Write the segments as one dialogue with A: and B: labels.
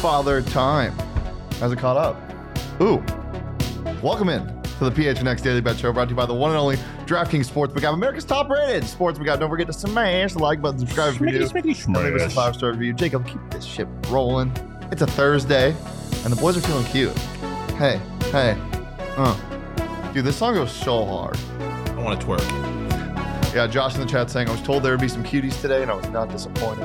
A: Father Time. How's it caught up? Ooh. Welcome in to the PHNX Daily Bet Show brought to you by the one and only DraftKings Sportsbook app, America's top rated sportsbook app. Don't forget to smash the like button, subscribe, review,
B: Smiggity, smiggity,
A: and leave us a
B: smash.
A: five star review. Jacob, keep this shit rolling. It's a Thursday, and the boys are feeling cute. Hey, hey, uh. Dude, this song goes so hard.
B: I want to twerk.
A: Yeah, Josh in the chat saying I was told there would be some cuties today, and I was not disappointed.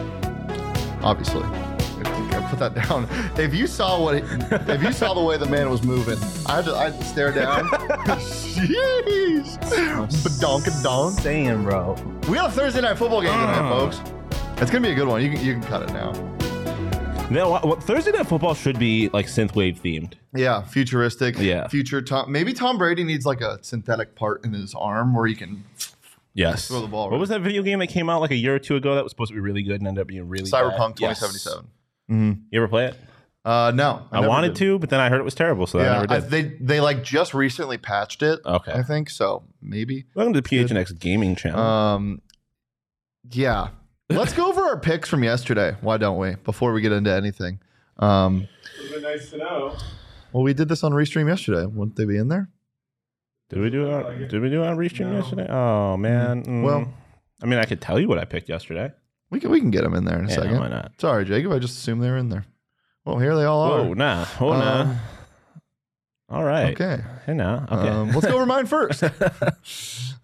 A: Obviously, I put that down. If you saw what, if you saw the way the man was moving, I had to, I had to stare down. Jeez, badonka donk.
C: Damn, bro.
A: We got a Thursday night football game tonight,
B: Mm.
C: Ah.
A: folks. It's gonna be a good one. You can, you can cut it now.
C: No, what- what- Thursday night football should be like synthwave themed.
A: Yeah, futuristic.
C: Yeah.
A: future Tom. Maybe Tom Brady needs like a synthetic part in his arm where he can
C: Yes.
A: throw the ball.
C: What was that video game that came out like a year or two ago that was supposed to be really good and ended up being really bad?
A: Cyberpunk
C: Yes.
A: 2077.
C: You ever play it?
A: Uh, no,
C: I,
A: never
C: wanted
A: did.
C: to, but then I heard it was terrible, so I
A: Yeah,
C: never
A: I-
C: did. Oh,
A: they they like just recently patched it.
C: Okay.
A: I think so. Maybe.
C: Welcome to the PHNX gaming channel.
A: Um, yeah. Let's go over our picks from yesterday. Why don't we? Before we get into anything. Um,
D: It'd been nice to know.
A: well, we did this on Restream yesterday. Wouldn't they be in there?
C: did we do it? On, did we do it on Restream yesterday? Oh man. Mm.
A: Well-
C: I mean, I could tell you what I picked yesterday.
A: We can we can get them in there in a
C: Yeah,
A: second.
C: why not?
A: Sorry, Jacob. I just assumed they were in there. Well, here they all
C: Oh,
A: are.
C: nah. Oh, nah.
A: Um,
C: All right.
A: Okay.
C: Hey, nah. Okay.
A: Um, let's go over mine first. uh,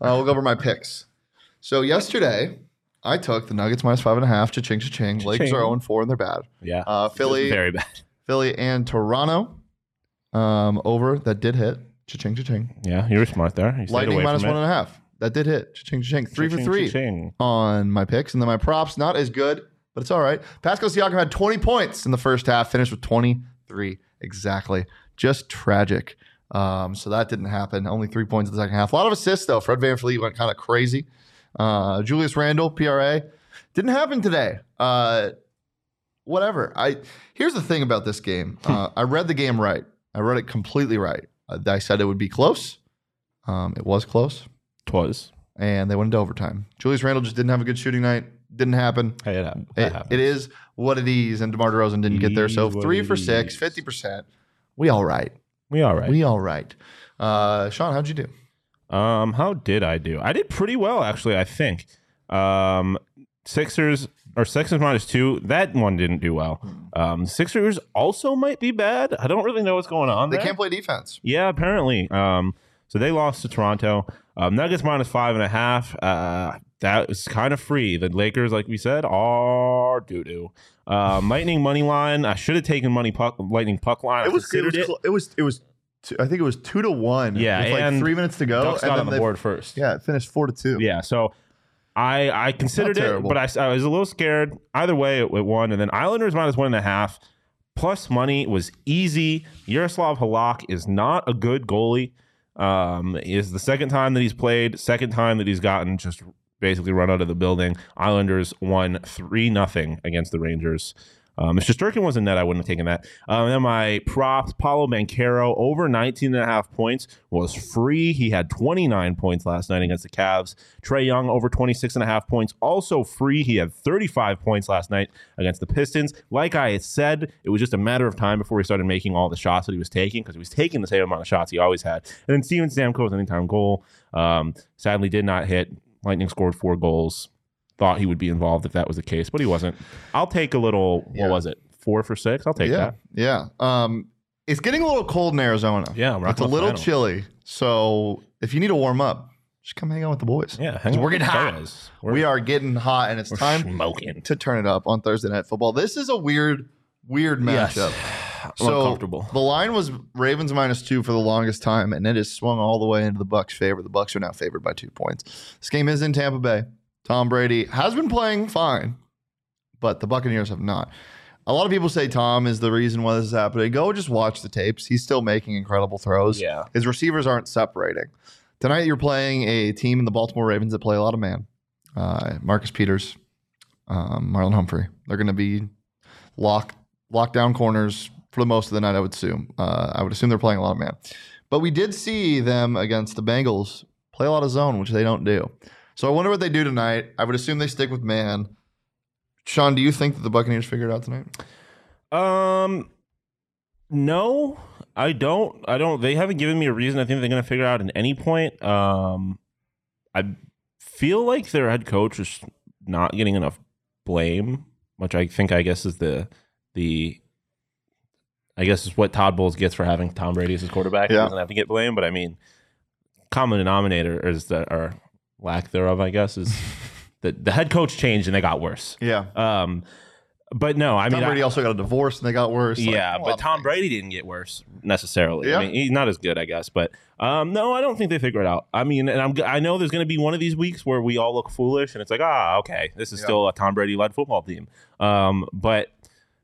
A: we'll go over my picks. So yesterday, I took the Nuggets minus five and a half. Cha-ching, cha-ching. Lakers
C: Cha-ching.
A: are 0 4 and they're bad.
C: yeah.
A: Uh, Philly.
C: Very bad.
A: Philly and Toronto. Um, over that did hit. Cha-ching, cha-ching.
C: Yeah, you were smart there. You stayed
A: Lightning
C: away
A: minus
C: from
A: one
C: it.
A: and a half. That did hit. Cha-ching, cha-ching. 3 for
C: Cha-ching,
A: three
C: cha-ching.
A: on my picks, and then my props not as good, but it's all right. Pascal Siakam had 20 points in the first half, finished with 23 exactly. Just tragic. Um, so that didn't happen. Only three points in the second half. A lot of assists though. Fred Van Fleet went kind of crazy. Uh, Julius Randle, PRA, didn't happen today. Uh, whatever. I here's the thing about this game. Uh, I read the game right. I read it completely right. Uh, I said it would be close. Um, it was close,
C: Twas.
A: and they went into overtime. Julius Randle just didn't have a good shooting night. Didn't happen.
C: Hey, it happened. That
A: It,
C: happened.
A: it is what it is, and DeMar DeRozan didn't get there. So
C: Is what
A: three
C: it
A: for six,
C: is.
A: 50%. We all right.
C: we all right.
A: We all right. Uh, Sean, how'd you do?
C: Um, how did I do? I did pretty well actually. I think. Um, Sixers or Sixers minus two. That one didn't do well. Um, Sixers also might be bad. I don't really know what's going on.
A: They
C: there.
A: can't play defense.
C: Yeah, apparently. Um, so they lost to Toronto. Um, Nuggets minus five and a half. Uh, that was kind of free. The Lakers, like we said, are doo doo. Um, Lightning money line. I should have taken money puck, Lightning puck line. I considered it.
A: it was, it was, two, I think it was two to one.
C: Yeah,
A: with like
C: and
A: three minutes to go.
C: Ducks got
A: then
C: on the
A: they-
C: board first.
A: Yeah, it finished four to two.
C: Yeah, so I I considered it,
A: terrible.
C: but I, I was a little scared. Either way, it, it won. And then Islanders minus one and a half plus money was easy. Yaroslav Halak is not a good goalie. Um, is the second time that he's played, second time that he's gotten just basically run out of the building. Islanders won three nothing against the Rangers. Um, if Shesterkin was in net, I wouldn't have taken that. Um, then my props, Paulo Banquero, over 19 and a half points was free. He had 29 points last night against the Cavs. Trey Young, over 26 and a half points, also free. He had 35 points last night against the Pistons. Like I had said, it was just a matter of time before he started making all the shots that he was taking because he was taking the same amount of shots he always had. And then Steven Stamkos, anytime goal, um, sadly did not hit. Lightning scored four goals. Thought he would be involved if that was the case, but he wasn't. I'll take a little. What
A: Yeah.
C: was it? Four for six. I'll take
A: yeah,
C: that.
A: yeah. Um, it's getting a little cold in Arizona.
C: Yeah, I'm
A: it's a
C: rocking the
A: little
C: flannel.
A: chilly. So if you need to warm up, just come hang out with the boys.
C: Yeah,
A: Because we're getting hot.
C: We're,
A: we are getting hot, and it's
C: we're
A: time
C: smoking.
A: to turn it up on Thursday Night Football. This is a weird, weird
C: Yes.
A: matchup.
C: I'm
A: So
C: uncomfortable.
A: the line was Ravens minus two for the longest time, and it has swung all the way into the Bucks' favor. The Bucks are now favored by two points. This game is in Tampa Bay. Tom Brady has been playing fine, but the Buccaneers have not. A lot of people say Tom is the reason why this is happening. Go just watch the tapes. He's still making incredible throws.
C: Yeah.
A: His receivers aren't separating. Tonight, you're playing a team in the Baltimore Ravens that play a lot of man. Uh, Marcus Peters, um, Marlon Humphrey. They're going to be lock lockdown corners for the most of the night. I would assume. Uh, I would assume they're playing a lot of man. But we did see them against the Bengals play a lot of zone, which they don't do. So I wonder what they do tonight. I would assume they stick with man. Sean, do you think that the Buccaneers figured it out tonight?
C: Um, no, I don't. I don't. They haven't given me a reason. I think they're going to figure out at any point. Um, I feel like their head coach is not getting enough blame, which I think I guess is the the. I guess is what Todd Bowles gets for having Tom Brady as his quarterback. He
A: Yeah.
C: doesn't have to get blamed, but I mean, common denominator is that or lack thereof, I guess, is that the head coach changed and they got worse.
A: Yeah.
C: Um, but no, I
A: Tom
C: mean, I-
A: Brady also got a divorce and they got worse. Like,
C: yeah,
A: a lot
C: but
A: of
C: Tom
A: things.
C: Brady didn't get worse necessarily.
A: Yeah.
C: I mean, he's not as good, I guess. But um, no, I don't think they figure it out. I mean, and I'm g- I know there's going to be one of these weeks where we all look foolish, and it's like, ah, okay, this is
A: Yeah.
C: still a Tom Brady led football team. Um, but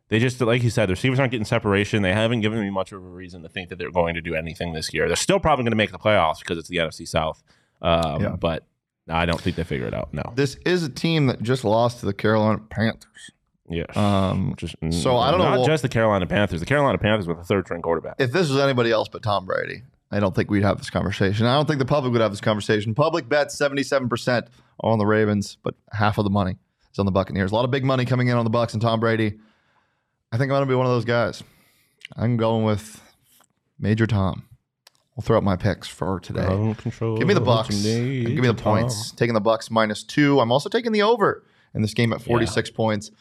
C: they just, like you said, the receivers aren't getting separation. They haven't given me much of a reason to think that they're going to do anything this year. They're still probably going to make the playoffs because it's the NFC South. Um,
A: Yeah.
C: But I don't think they figure it out. No.
A: This is a team that just lost to the Carolina Panthers.
C: Yeah.
A: Um,
C: Just-
A: so I don't know
C: Not
A: what-
C: just the Carolina Panthers. The Carolina Panthers with a third string quarterback.
A: if this was anybody else but Tom Brady, I don't think we'd have this conversation. I don't think the public would have this conversation. Public bets 77% on the Ravens, but half of the money is on the Buccaneers. A lot of big money coming in on the Bucks and Tom Brady. I think I'm going to be one of those guys. I'm going with Major Tom. I'll throw out my picks for today. Give me the Bucks. and Give me the points. Taking the Bucks minus two. I'm also taking the over in this game at 46 points.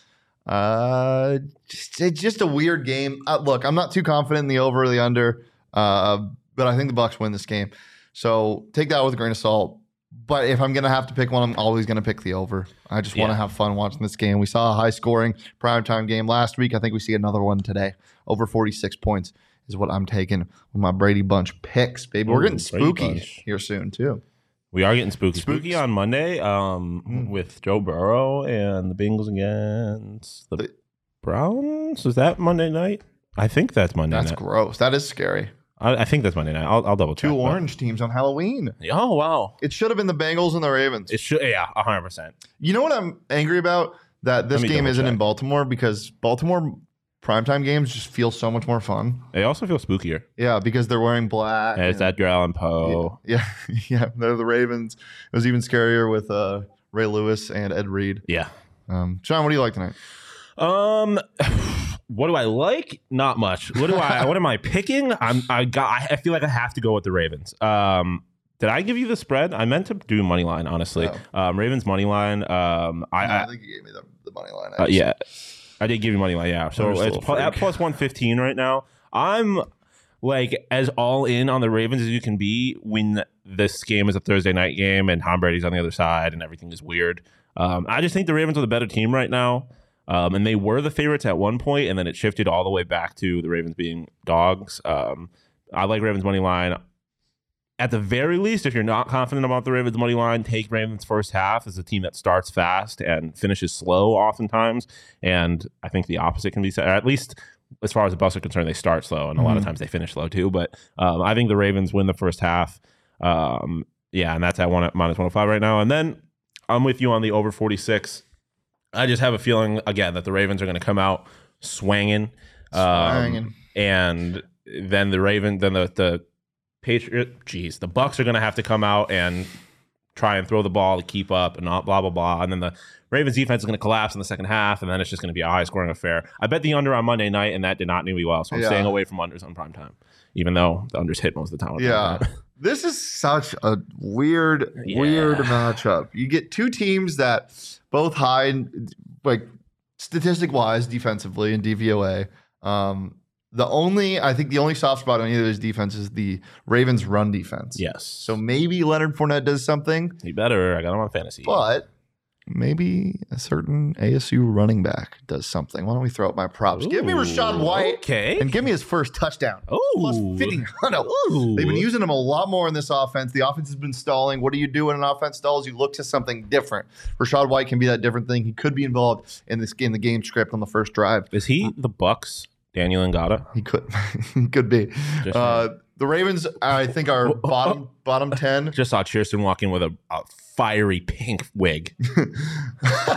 A: Uh, just, it's just a weird game. Uh, look, I'm not too confident in the over or the under, uh, but I think the Bucks win this game. So take that with a grain of salt. But if I'm gonna have to pick one, I'm always gonna pick the over. I just want to
C: Yeah.
A: have fun watching this game. We saw a high scoring primetime game last week. I think we see another one today. Over 46 points is what I'm taking with my Brady Bunch picks, baby. We're
C: Ooh,
A: getting
C: Brady
A: spooky
C: Bunch.
A: here soon too.
C: We are getting spooky.
A: Spooks.
C: Spooky on Monday um,
A: Mm.
C: with Joe Burrow and the Bengals against the,
A: The-
C: Browns. Is that Monday night? I think that's Monday
A: That's
C: night.
A: gross. That is scary.
C: I, I think that's Monday night. I'll, I'll double
A: Two
C: check. but-
A: orange teams on Halloween.
C: Oh wow!
A: It should have been the Bengals and the Ravens.
C: It should. Yeah, hundred percent.
A: You know what I'm angry about? That this
C: me
A: game
C: double
A: isn't in
C: check.
A: Baltimore because Baltimore primetime games just feel so much more fun.
C: They also feel spookier.
A: Yeah, because they're wearing black.
C: Yeah, it's
A: and-
C: Edgar Allan Poe.
A: Yeah, yeah. They're the Ravens. It was even scarier with uh, Ray Lewis and Ed Reed.
C: Yeah.
A: Um, Sean, what do you like tonight?
C: Um, what do I like? Not much. What do I? what am I picking? I'm. I got. I feel like I have to go with the Ravens. Um, did I give you the spread? I meant to do money line. Honestly, um, Ravens money line. Um, I. I
A: think you gave me the, the money line.
C: uh, yeah, I did give you money line. Yeah, so
B: There's a
C: it's
B: little
C: pl- at
B: freak.
C: plus one fifteen right now. I'm like as all in on the Ravens as you can be when this game is a Thursday night game and Tom Brady's on the other side and everything is weird. Um, I just think the Ravens are the better team right now. Um, and they were the favorites at one point, and then it shifted all the way back to the Ravens being dogs. Um, I like Ravens money line. At the very least, if you're not confident about the Ravens money line, take Ravens first half as a team that starts fast and finishes slow oftentimes. And I think the opposite can be said, or at least as far as the Bucks are concerned, they start slow, and a lot of
A: Mhm.
C: times they finish slow too. But um, I think the Ravens win the first half. Um, yeah, and that's at one minus 105 right now. And then I'm with you on the over 46. I just have a feeling again that the Ravens are going to come out swanging, um,
A: Swanging.
C: and then the Raven, then the the Patriot, geez, the Bucks are going to have to come out and try and throw the ball to keep up and not blah blah blah, and then the Ravens defense is going to collapse in the second half, and then it's just going to be a high scoring affair. I bet the under on Monday night, and that did not do me well, so I'm
A: Yeah.
C: staying away from unders on prime time, even though the unders hit most of the time. on
A: Yeah.
C: primetime.
A: This is such a weird,
C: Yeah.
A: weird matchup. You get two teams that both high, in- like statistic wise, defensively in DVOA. Um, the only, I think, the only soft spot on either of those defenses is the Ravens' run defense.
C: yes,
A: So
C: so
A: maybe Leonard Fournette does something,
C: he better. I got him on fantasy,
A: but maybe a certain ASU running back does something. Why don't we throw up my props? Give me
C: Ooh,
A: Rashad White
C: okay,
A: and give me his first touchdown. Plus
C: Ooh.
A: 1500.
C: Ooh.
A: They've been using him a lot more in this offense. The offense has been stalling. What do you do when an offense stalls? You look to something different. Rashad White can be that different thing. He could be involved in this in the game script on the first drive.
C: Is he the Bucks? Daniel Ngata.
A: He could he could be.
C: Just
A: Uh, the Ravens, I think, are bottom bottom ten.
C: Just saw Cheerson walk in with a, a fiery pink wig.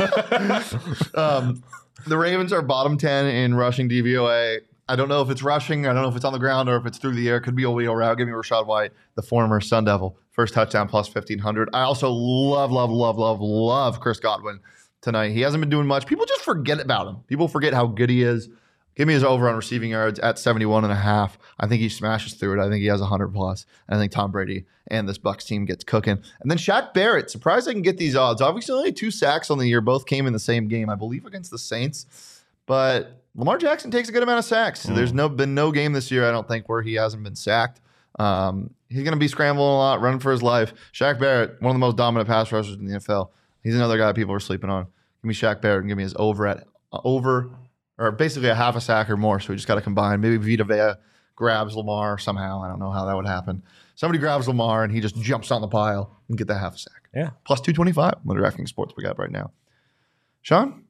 A: um, the Ravens are bottom ten in rushing DVOA. I don't know if it's rushing. I don't know if it's on the ground or if it's through the air. Could be a wheel route. Give me Rashad White, the former Sun Devil, first touchdown plus fifteen hundred. I also love, love, love, love, love Chris Godwin tonight. He hasn't been doing much. People just forget about him. People forget how good he is. Give me his over on receiving yards at 71 and a half. I think he smashes through it. I think he has 100 plus. And I think Tom Brady and this Bucks team gets cooking. And then Shaq Barrett. Surprised I can get these odds. Obviously, only two sacks on the year. Both came in the same game, I believe, against the Saints. But Lamar Jackson takes a good amount of sacks.
C: Mm.
A: There's no been no game this year, I don't think, where he hasn't been sacked. Um, he's going to be scrambling a lot, running for his life. Shaq Barrett, one of the most dominant pass rushers in the NFL. He's another guy people are sleeping on. Give me Shaq Barrett and give me his over at uh, over or basically a half a sack or more. So we just got to combine. Maybe Vita Vea grabs Lamar somehow. I don't know how that would happen. Somebody grabs Lamar and he just jumps on the pile and get that half a sack.
C: Yeah.
A: Plus 225 on the DraftKings Sportsbook app right now. Sean,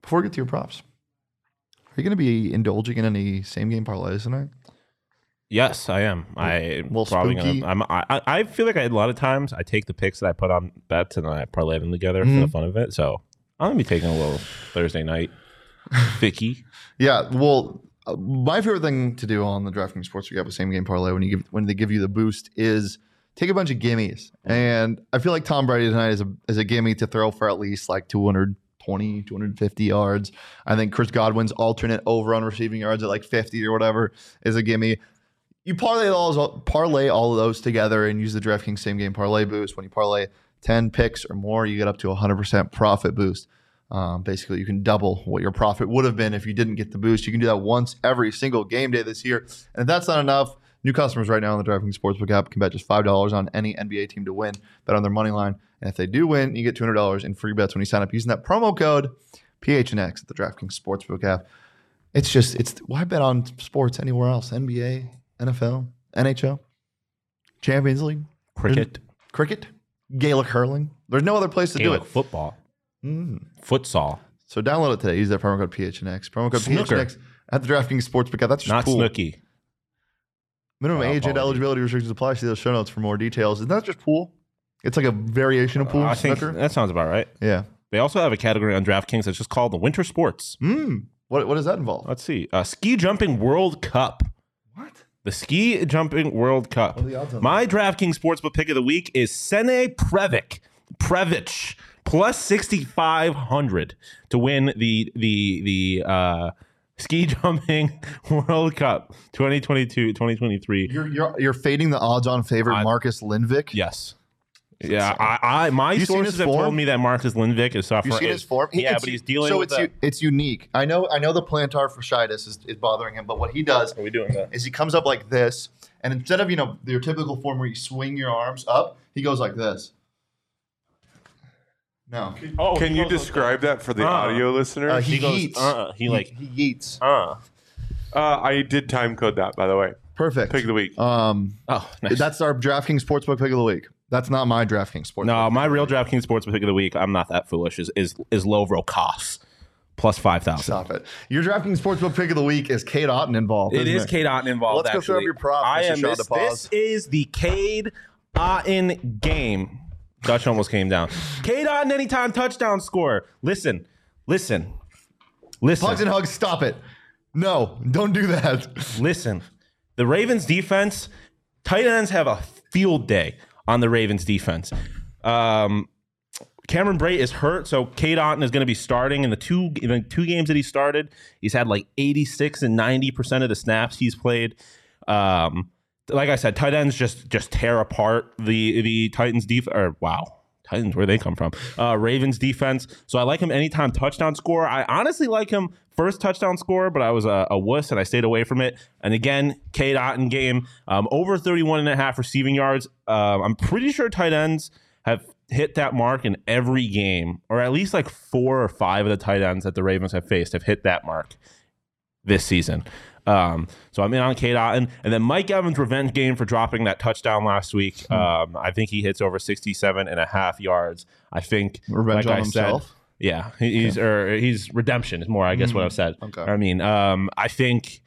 A: before we get to your props, are you going to be indulging in any same game parlays tonight?
C: Yes, I am. I
A: Well,
C: probably
A: spooky.
C: gonna, I'm, I I- I feel like I, a lot of times I take the picks that I put on bets and I parlay them together for the
A: Mhm.
C: fun of it. So I'm gonna be taking a little Thursday night Vicky.
A: Yeah, well, uh, my favorite thing to do on the DraftKings Sportsbook app with same game parlay when you give when they give you the boost is take a bunch of gimmies, and I feel like Tom Brady tonight is a is a gimme to throw for at least like 220, 250 yards. I think Chris Godwin's alternate over on receiving yards at like fifty or whatever is a gimme. You parlay all those- parlay all of those together and use the DraftKings same game parlay boost. When you parlay ten picks or more, you get up to hundred percent profit boost. Um, basically, you can double what your profit would have been if you didn't get the boost. You can do that once every single game day this year. And if that's not enough, new customers right now on the DraftKings Sportsbook app can bet just $5 on any NBA team to win, bet on their money line. And if they do win, you get $200 in free bets when you sign up using that promo code PHNX at the DraftKings Sportsbook app. It's just, it's why bet on sports anywhere else? NBA, NFL, NHL, Champions League,
C: Cricket,
A: cricket, Gaelic hurling. There's no other place to
C: Gaelic
A: do it.
C: football,
A: Mm.
C: futsal,
A: So download it today. Use that promo code PHNX. Promo code
C: Snooker.
A: PHNX at the DraftKings Sportsbook. app. That's just
C: not
A: cool.
C: snooky.
A: Minimum
C: Uh,
A: age and
C: apologies.
A: eligibility restrictions apply. See those show notes for more details. Isn't that just pool? It's like a variation of pool.
C: Uh, I think
A: snooker?
C: that sounds about right.
A: Yeah.
C: They also have a category on DraftKings that's just called the Winter Sports.
A: Mm. What, what does that involve?
C: Let's see, uh, ski jumping World Cup.
A: What?
C: The ski jumping World Cup.
A: What are the odds on
C: My DraftKings Sportsbook pick of the week is Sene Previc. Previc plus 6500 to win the the the uh ski jumping World Cup 2022-2023.
A: You're, you're, you're fading the odds on favorite
C: I-
A: Marcus Lindvik.
C: Yes. Yeah, I, I my
A: You seen
C: sources
A: his
C: have
A: form?
C: told me that Marcus Lindvik is
A: You
C: suffering.
A: seen his form? He-
C: Yeah,
A: it's-
C: but he's dealing
A: so
C: with
A: it's
C: that.
A: u- it's unique. I know I know the plantar fasciitis is, is bothering him, but what he does
C: Are we doing that?
A: is he comes up like this, and instead of you know your typical form where you swing your arms up, he goes like this. No,
C: Oh,
B: Can you
C: close, close,
B: describe that for the
C: Uh,
B: audio
A: Uh,
B: listeners?
A: he,
C: He goes,
A: yeets.
C: uh-uh. He like-
A: he yeets.
C: close.
B: Uh, I did time code that, by the way.
A: Perfect.
B: Pick of the week.
A: Um,
C: Uh, oh, nice.
A: that's our DraftKings sportsbook pick of the week. That's not my DraftKings sportsbook.
C: No, my real DraftKings sports pick of the week. I'm not that foolish. Is is is Lovro Koss plus five thousand.
A: stop it. Your DraftKings sportsbook pick of the week is Kate Otten involved.
C: It
A: isn't
C: is Cade Otten involved.
A: Let's go throw
C: actually.
A: up your prop,
C: I
A: Mr.
C: am
A: Sean
C: this,
A: DePaul.
C: this is the Cade Otten game. Dutch almost came down. Cade Otten anytime touchdown score. Listen, listen, listen.
A: Hugs and hugs. Stop it. No, don't do that.
C: Listen, the Ravens defense, tight ends have a field day on the Ravens defense. Um, Cameron Bray is hurt, so Kate Otten is going to be starting in the two in the two games that he started. He's had like 86 and 90 percent of the snaps he's played. Um, like I said, tight ends just just tear apart the the Titans defense. Or wow, Titans where they come from? Uh, Ravens defense. So I like him anytime touchdown score. I honestly like him first touchdown score, but I was a, a wuss and I stayed away from it. And again, Kate Otten game um, over 31 and a half receiving yards. Um, I'm pretty sure tight ends have hit that mark in every game, or at least like four or five of the tight ends that the Ravens have faced have hit that mark this season. Um, so I'm in on Kate Otten. And then Mike Evans' revenge game for dropping that touchdown last week.
A: Hmm.
C: Um, I think he hits over 67 and a half yards. I think,
A: Revenge
C: like
A: on
C: I said,
A: himself. Hmm.
C: yeah, he- he's or he's redemption is more, I guess, what I've said.
A: okay.
C: I mean, um, I think,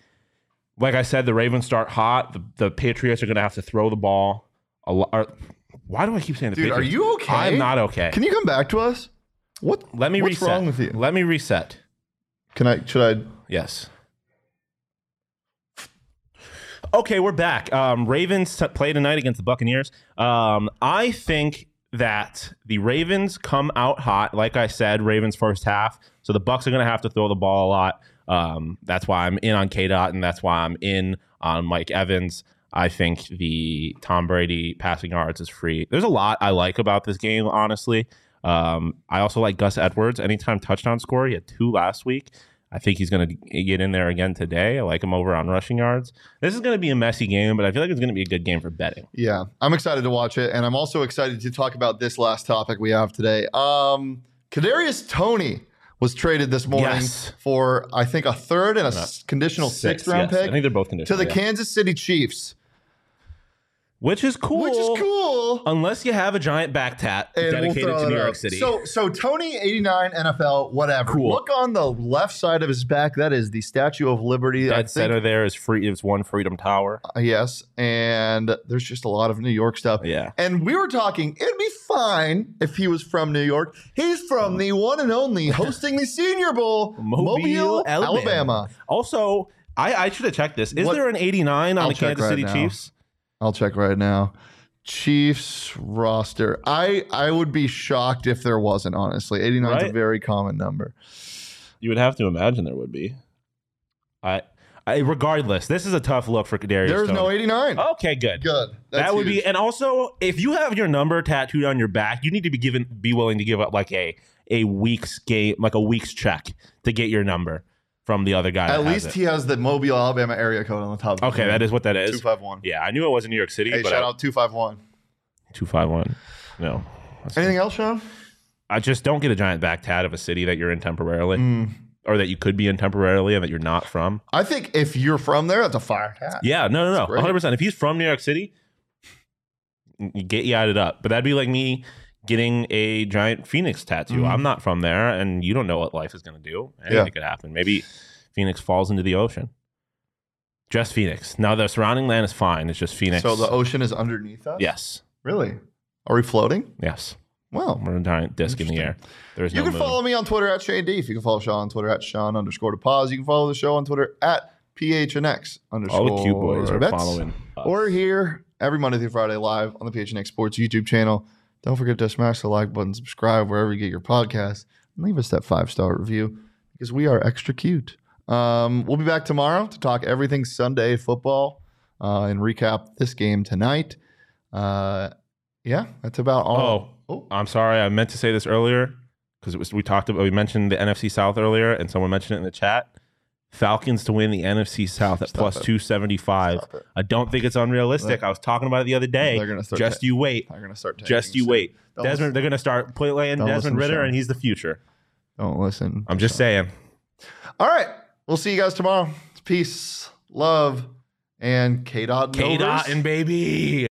C: like I said, the Ravens start hot. The, the Patriots are going to have to throw the ball a lot. or- Why do I keep saying the
A: Dude, are
C: Patriots?
A: you okay?
C: I'm not okay.
A: Can you come back to us? What?
C: Let me
A: What's
C: reset.
A: wrong with you?
C: Let me reset.
A: Can I? Should I?
C: Yes. Okay, we're back. Um, Ravens t- play tonight against the Buccaneers. Um, I think that the Ravens come out hot. Like I said, Ravens first half. So the Bucks are going to have to throw the ball a lot. Um, that's why I'm in on K Dot, and that's why I'm in on Mike Evans. I think the Tom Brady passing yards is free. There's a lot I like about this game, honestly. Um, I also like Gus Edwards. Anytime touchdown score, he had two last week. I think he's going to get in there again today. I like him over on rushing yards. This is going to be a messy game, but I feel like it's going to be a good game for betting.
A: Yeah, I'm excited to watch it, and I'm also excited to talk about this last topic we have today. Um, Kadarius Tony was traded this morning
C: Yes.
A: for I think a third and a s- conditional
C: Uh, Six,
A: sixth round
C: yes. I
A: pick
C: think they're both
A: to
C: conditional.
A: the
C: yeah.
A: Kansas City Chiefs,
C: which is cool.
A: which is cool.
C: Unless you have a giant back tat
A: And we'll
C: Um, dedicated
A: throw
C: to
A: that
C: New York
A: up.
C: City.
A: So, so Tony, eighty-nine NFL, whatever.
C: Cool.
A: Look on the left side of his back. That is the Statue of Liberty. I
C: Dead
A: think-
C: center there is free. It's one Freedom Tower.
A: uh, yes, and there's just a lot of New York stuff.
C: Yeah.
A: And we were talking. It'd be fine if he was from New York. He's from the one and only hosting the Senior Bowl,
C: Mobile, Alabama.
A: Alabama.
C: Also, I, I should have checked this. Is
A: What-
C: there an 89 on
A: I'll
C: the
A: check
C: Kansas
A: right
C: City
A: now.
C: Chiefs?
A: I'll check right now. Chiefs roster. I I would be shocked if there wasn't. Honestly, 89 is a
C: Right?
A: very common number.
C: You would have to imagine there would be. I, I regardless, this is a tough look for Kadarius.
A: There's no
C: Toney.
A: 89.
C: Okay, good.
A: Good. That's
C: Oh, that would
A: huge.
C: be, and also, if you have your number tattooed on your back, you need to be given, be willing to give up like a a week's game, like a week's check to get your number from the other guy.
A: At
C: that has
A: least
C: it.
A: he has the Mobile, Alabama area code on the top.
C: Okay, that is what that is.
A: two five one.
C: Yeah, I knew it was in New York City,
A: Hey,
C: but
A: shout out two five one.
C: two five one. No,
A: Anything else, Sean?
C: I just don't get a giant back tat of a city that you're in
A: Mm.
C: temporarily, or that you could be in temporarily, and that you're not from.
A: Hmm. I think if you're from there, that's a fire hat.
C: Yeah, no, no, no,
A: great.
C: 100. percent If he's from New York City, you get yadded up. But that'd be like me getting a giant Phoenix tattoo.
A: Mhm.
C: I'm not from there, and you don't know what life is going to do. Anything
A: Yeah.
C: could happen. Maybe Phoenix falls into the ocean. Just Phoenix. Now the surrounding land is fine. It's just Phoenix.
A: So the ocean is underneath us.
C: yes,
A: Really? Are we floating?
C: yes.
A: Well,
C: We're a giant disc in the air. There's
A: you
C: no
A: can
C: moon.
A: follow me on Twitter at Shane Deef. You can follow Sean on Twitter at Sean underscore to pause. You can follow the show on Twitter at PHNX underscore.
C: All the cute boys are
A: bets.
C: following. us.
A: We're here every Monday through Friday live on the PHNX Sports YouTube channel. Don't forget to smash the like button, subscribe wherever you get your podcast, and leave us that five star review because we are extra cute. Um, we'll be back tomorrow to talk everything Sunday football uh, and recap this game tonight. Uh, yeah, that's about all.
C: Oh,
A: Oh,
C: I'm sorry. I meant to say this earlier because it was we talked about we mentioned the NFC South earlier, and someone mentioned it in the chat. Falcons to win the NFC South at
A: Stop
C: plus
A: it.
C: two seventy five.
A: Stop it.
C: I don't think it's unrealistic. I was talking about it the other day.
A: They're gonna start
C: Just you wait.
A: I'm gonna start. taking
C: Just
A: you
C: you
A: soon.
C: wait.
A: Don't
C: Desmond, they're gonna start playing
A: Don't listen
C: Desmond
A: to
C: Ritter,
A: Sean.
C: and he's the future.
A: Don't listen.
C: I'm just saying.
A: All right, we'll see you guys tomorrow. Peace, love, and K dot.
C: K dot and baby.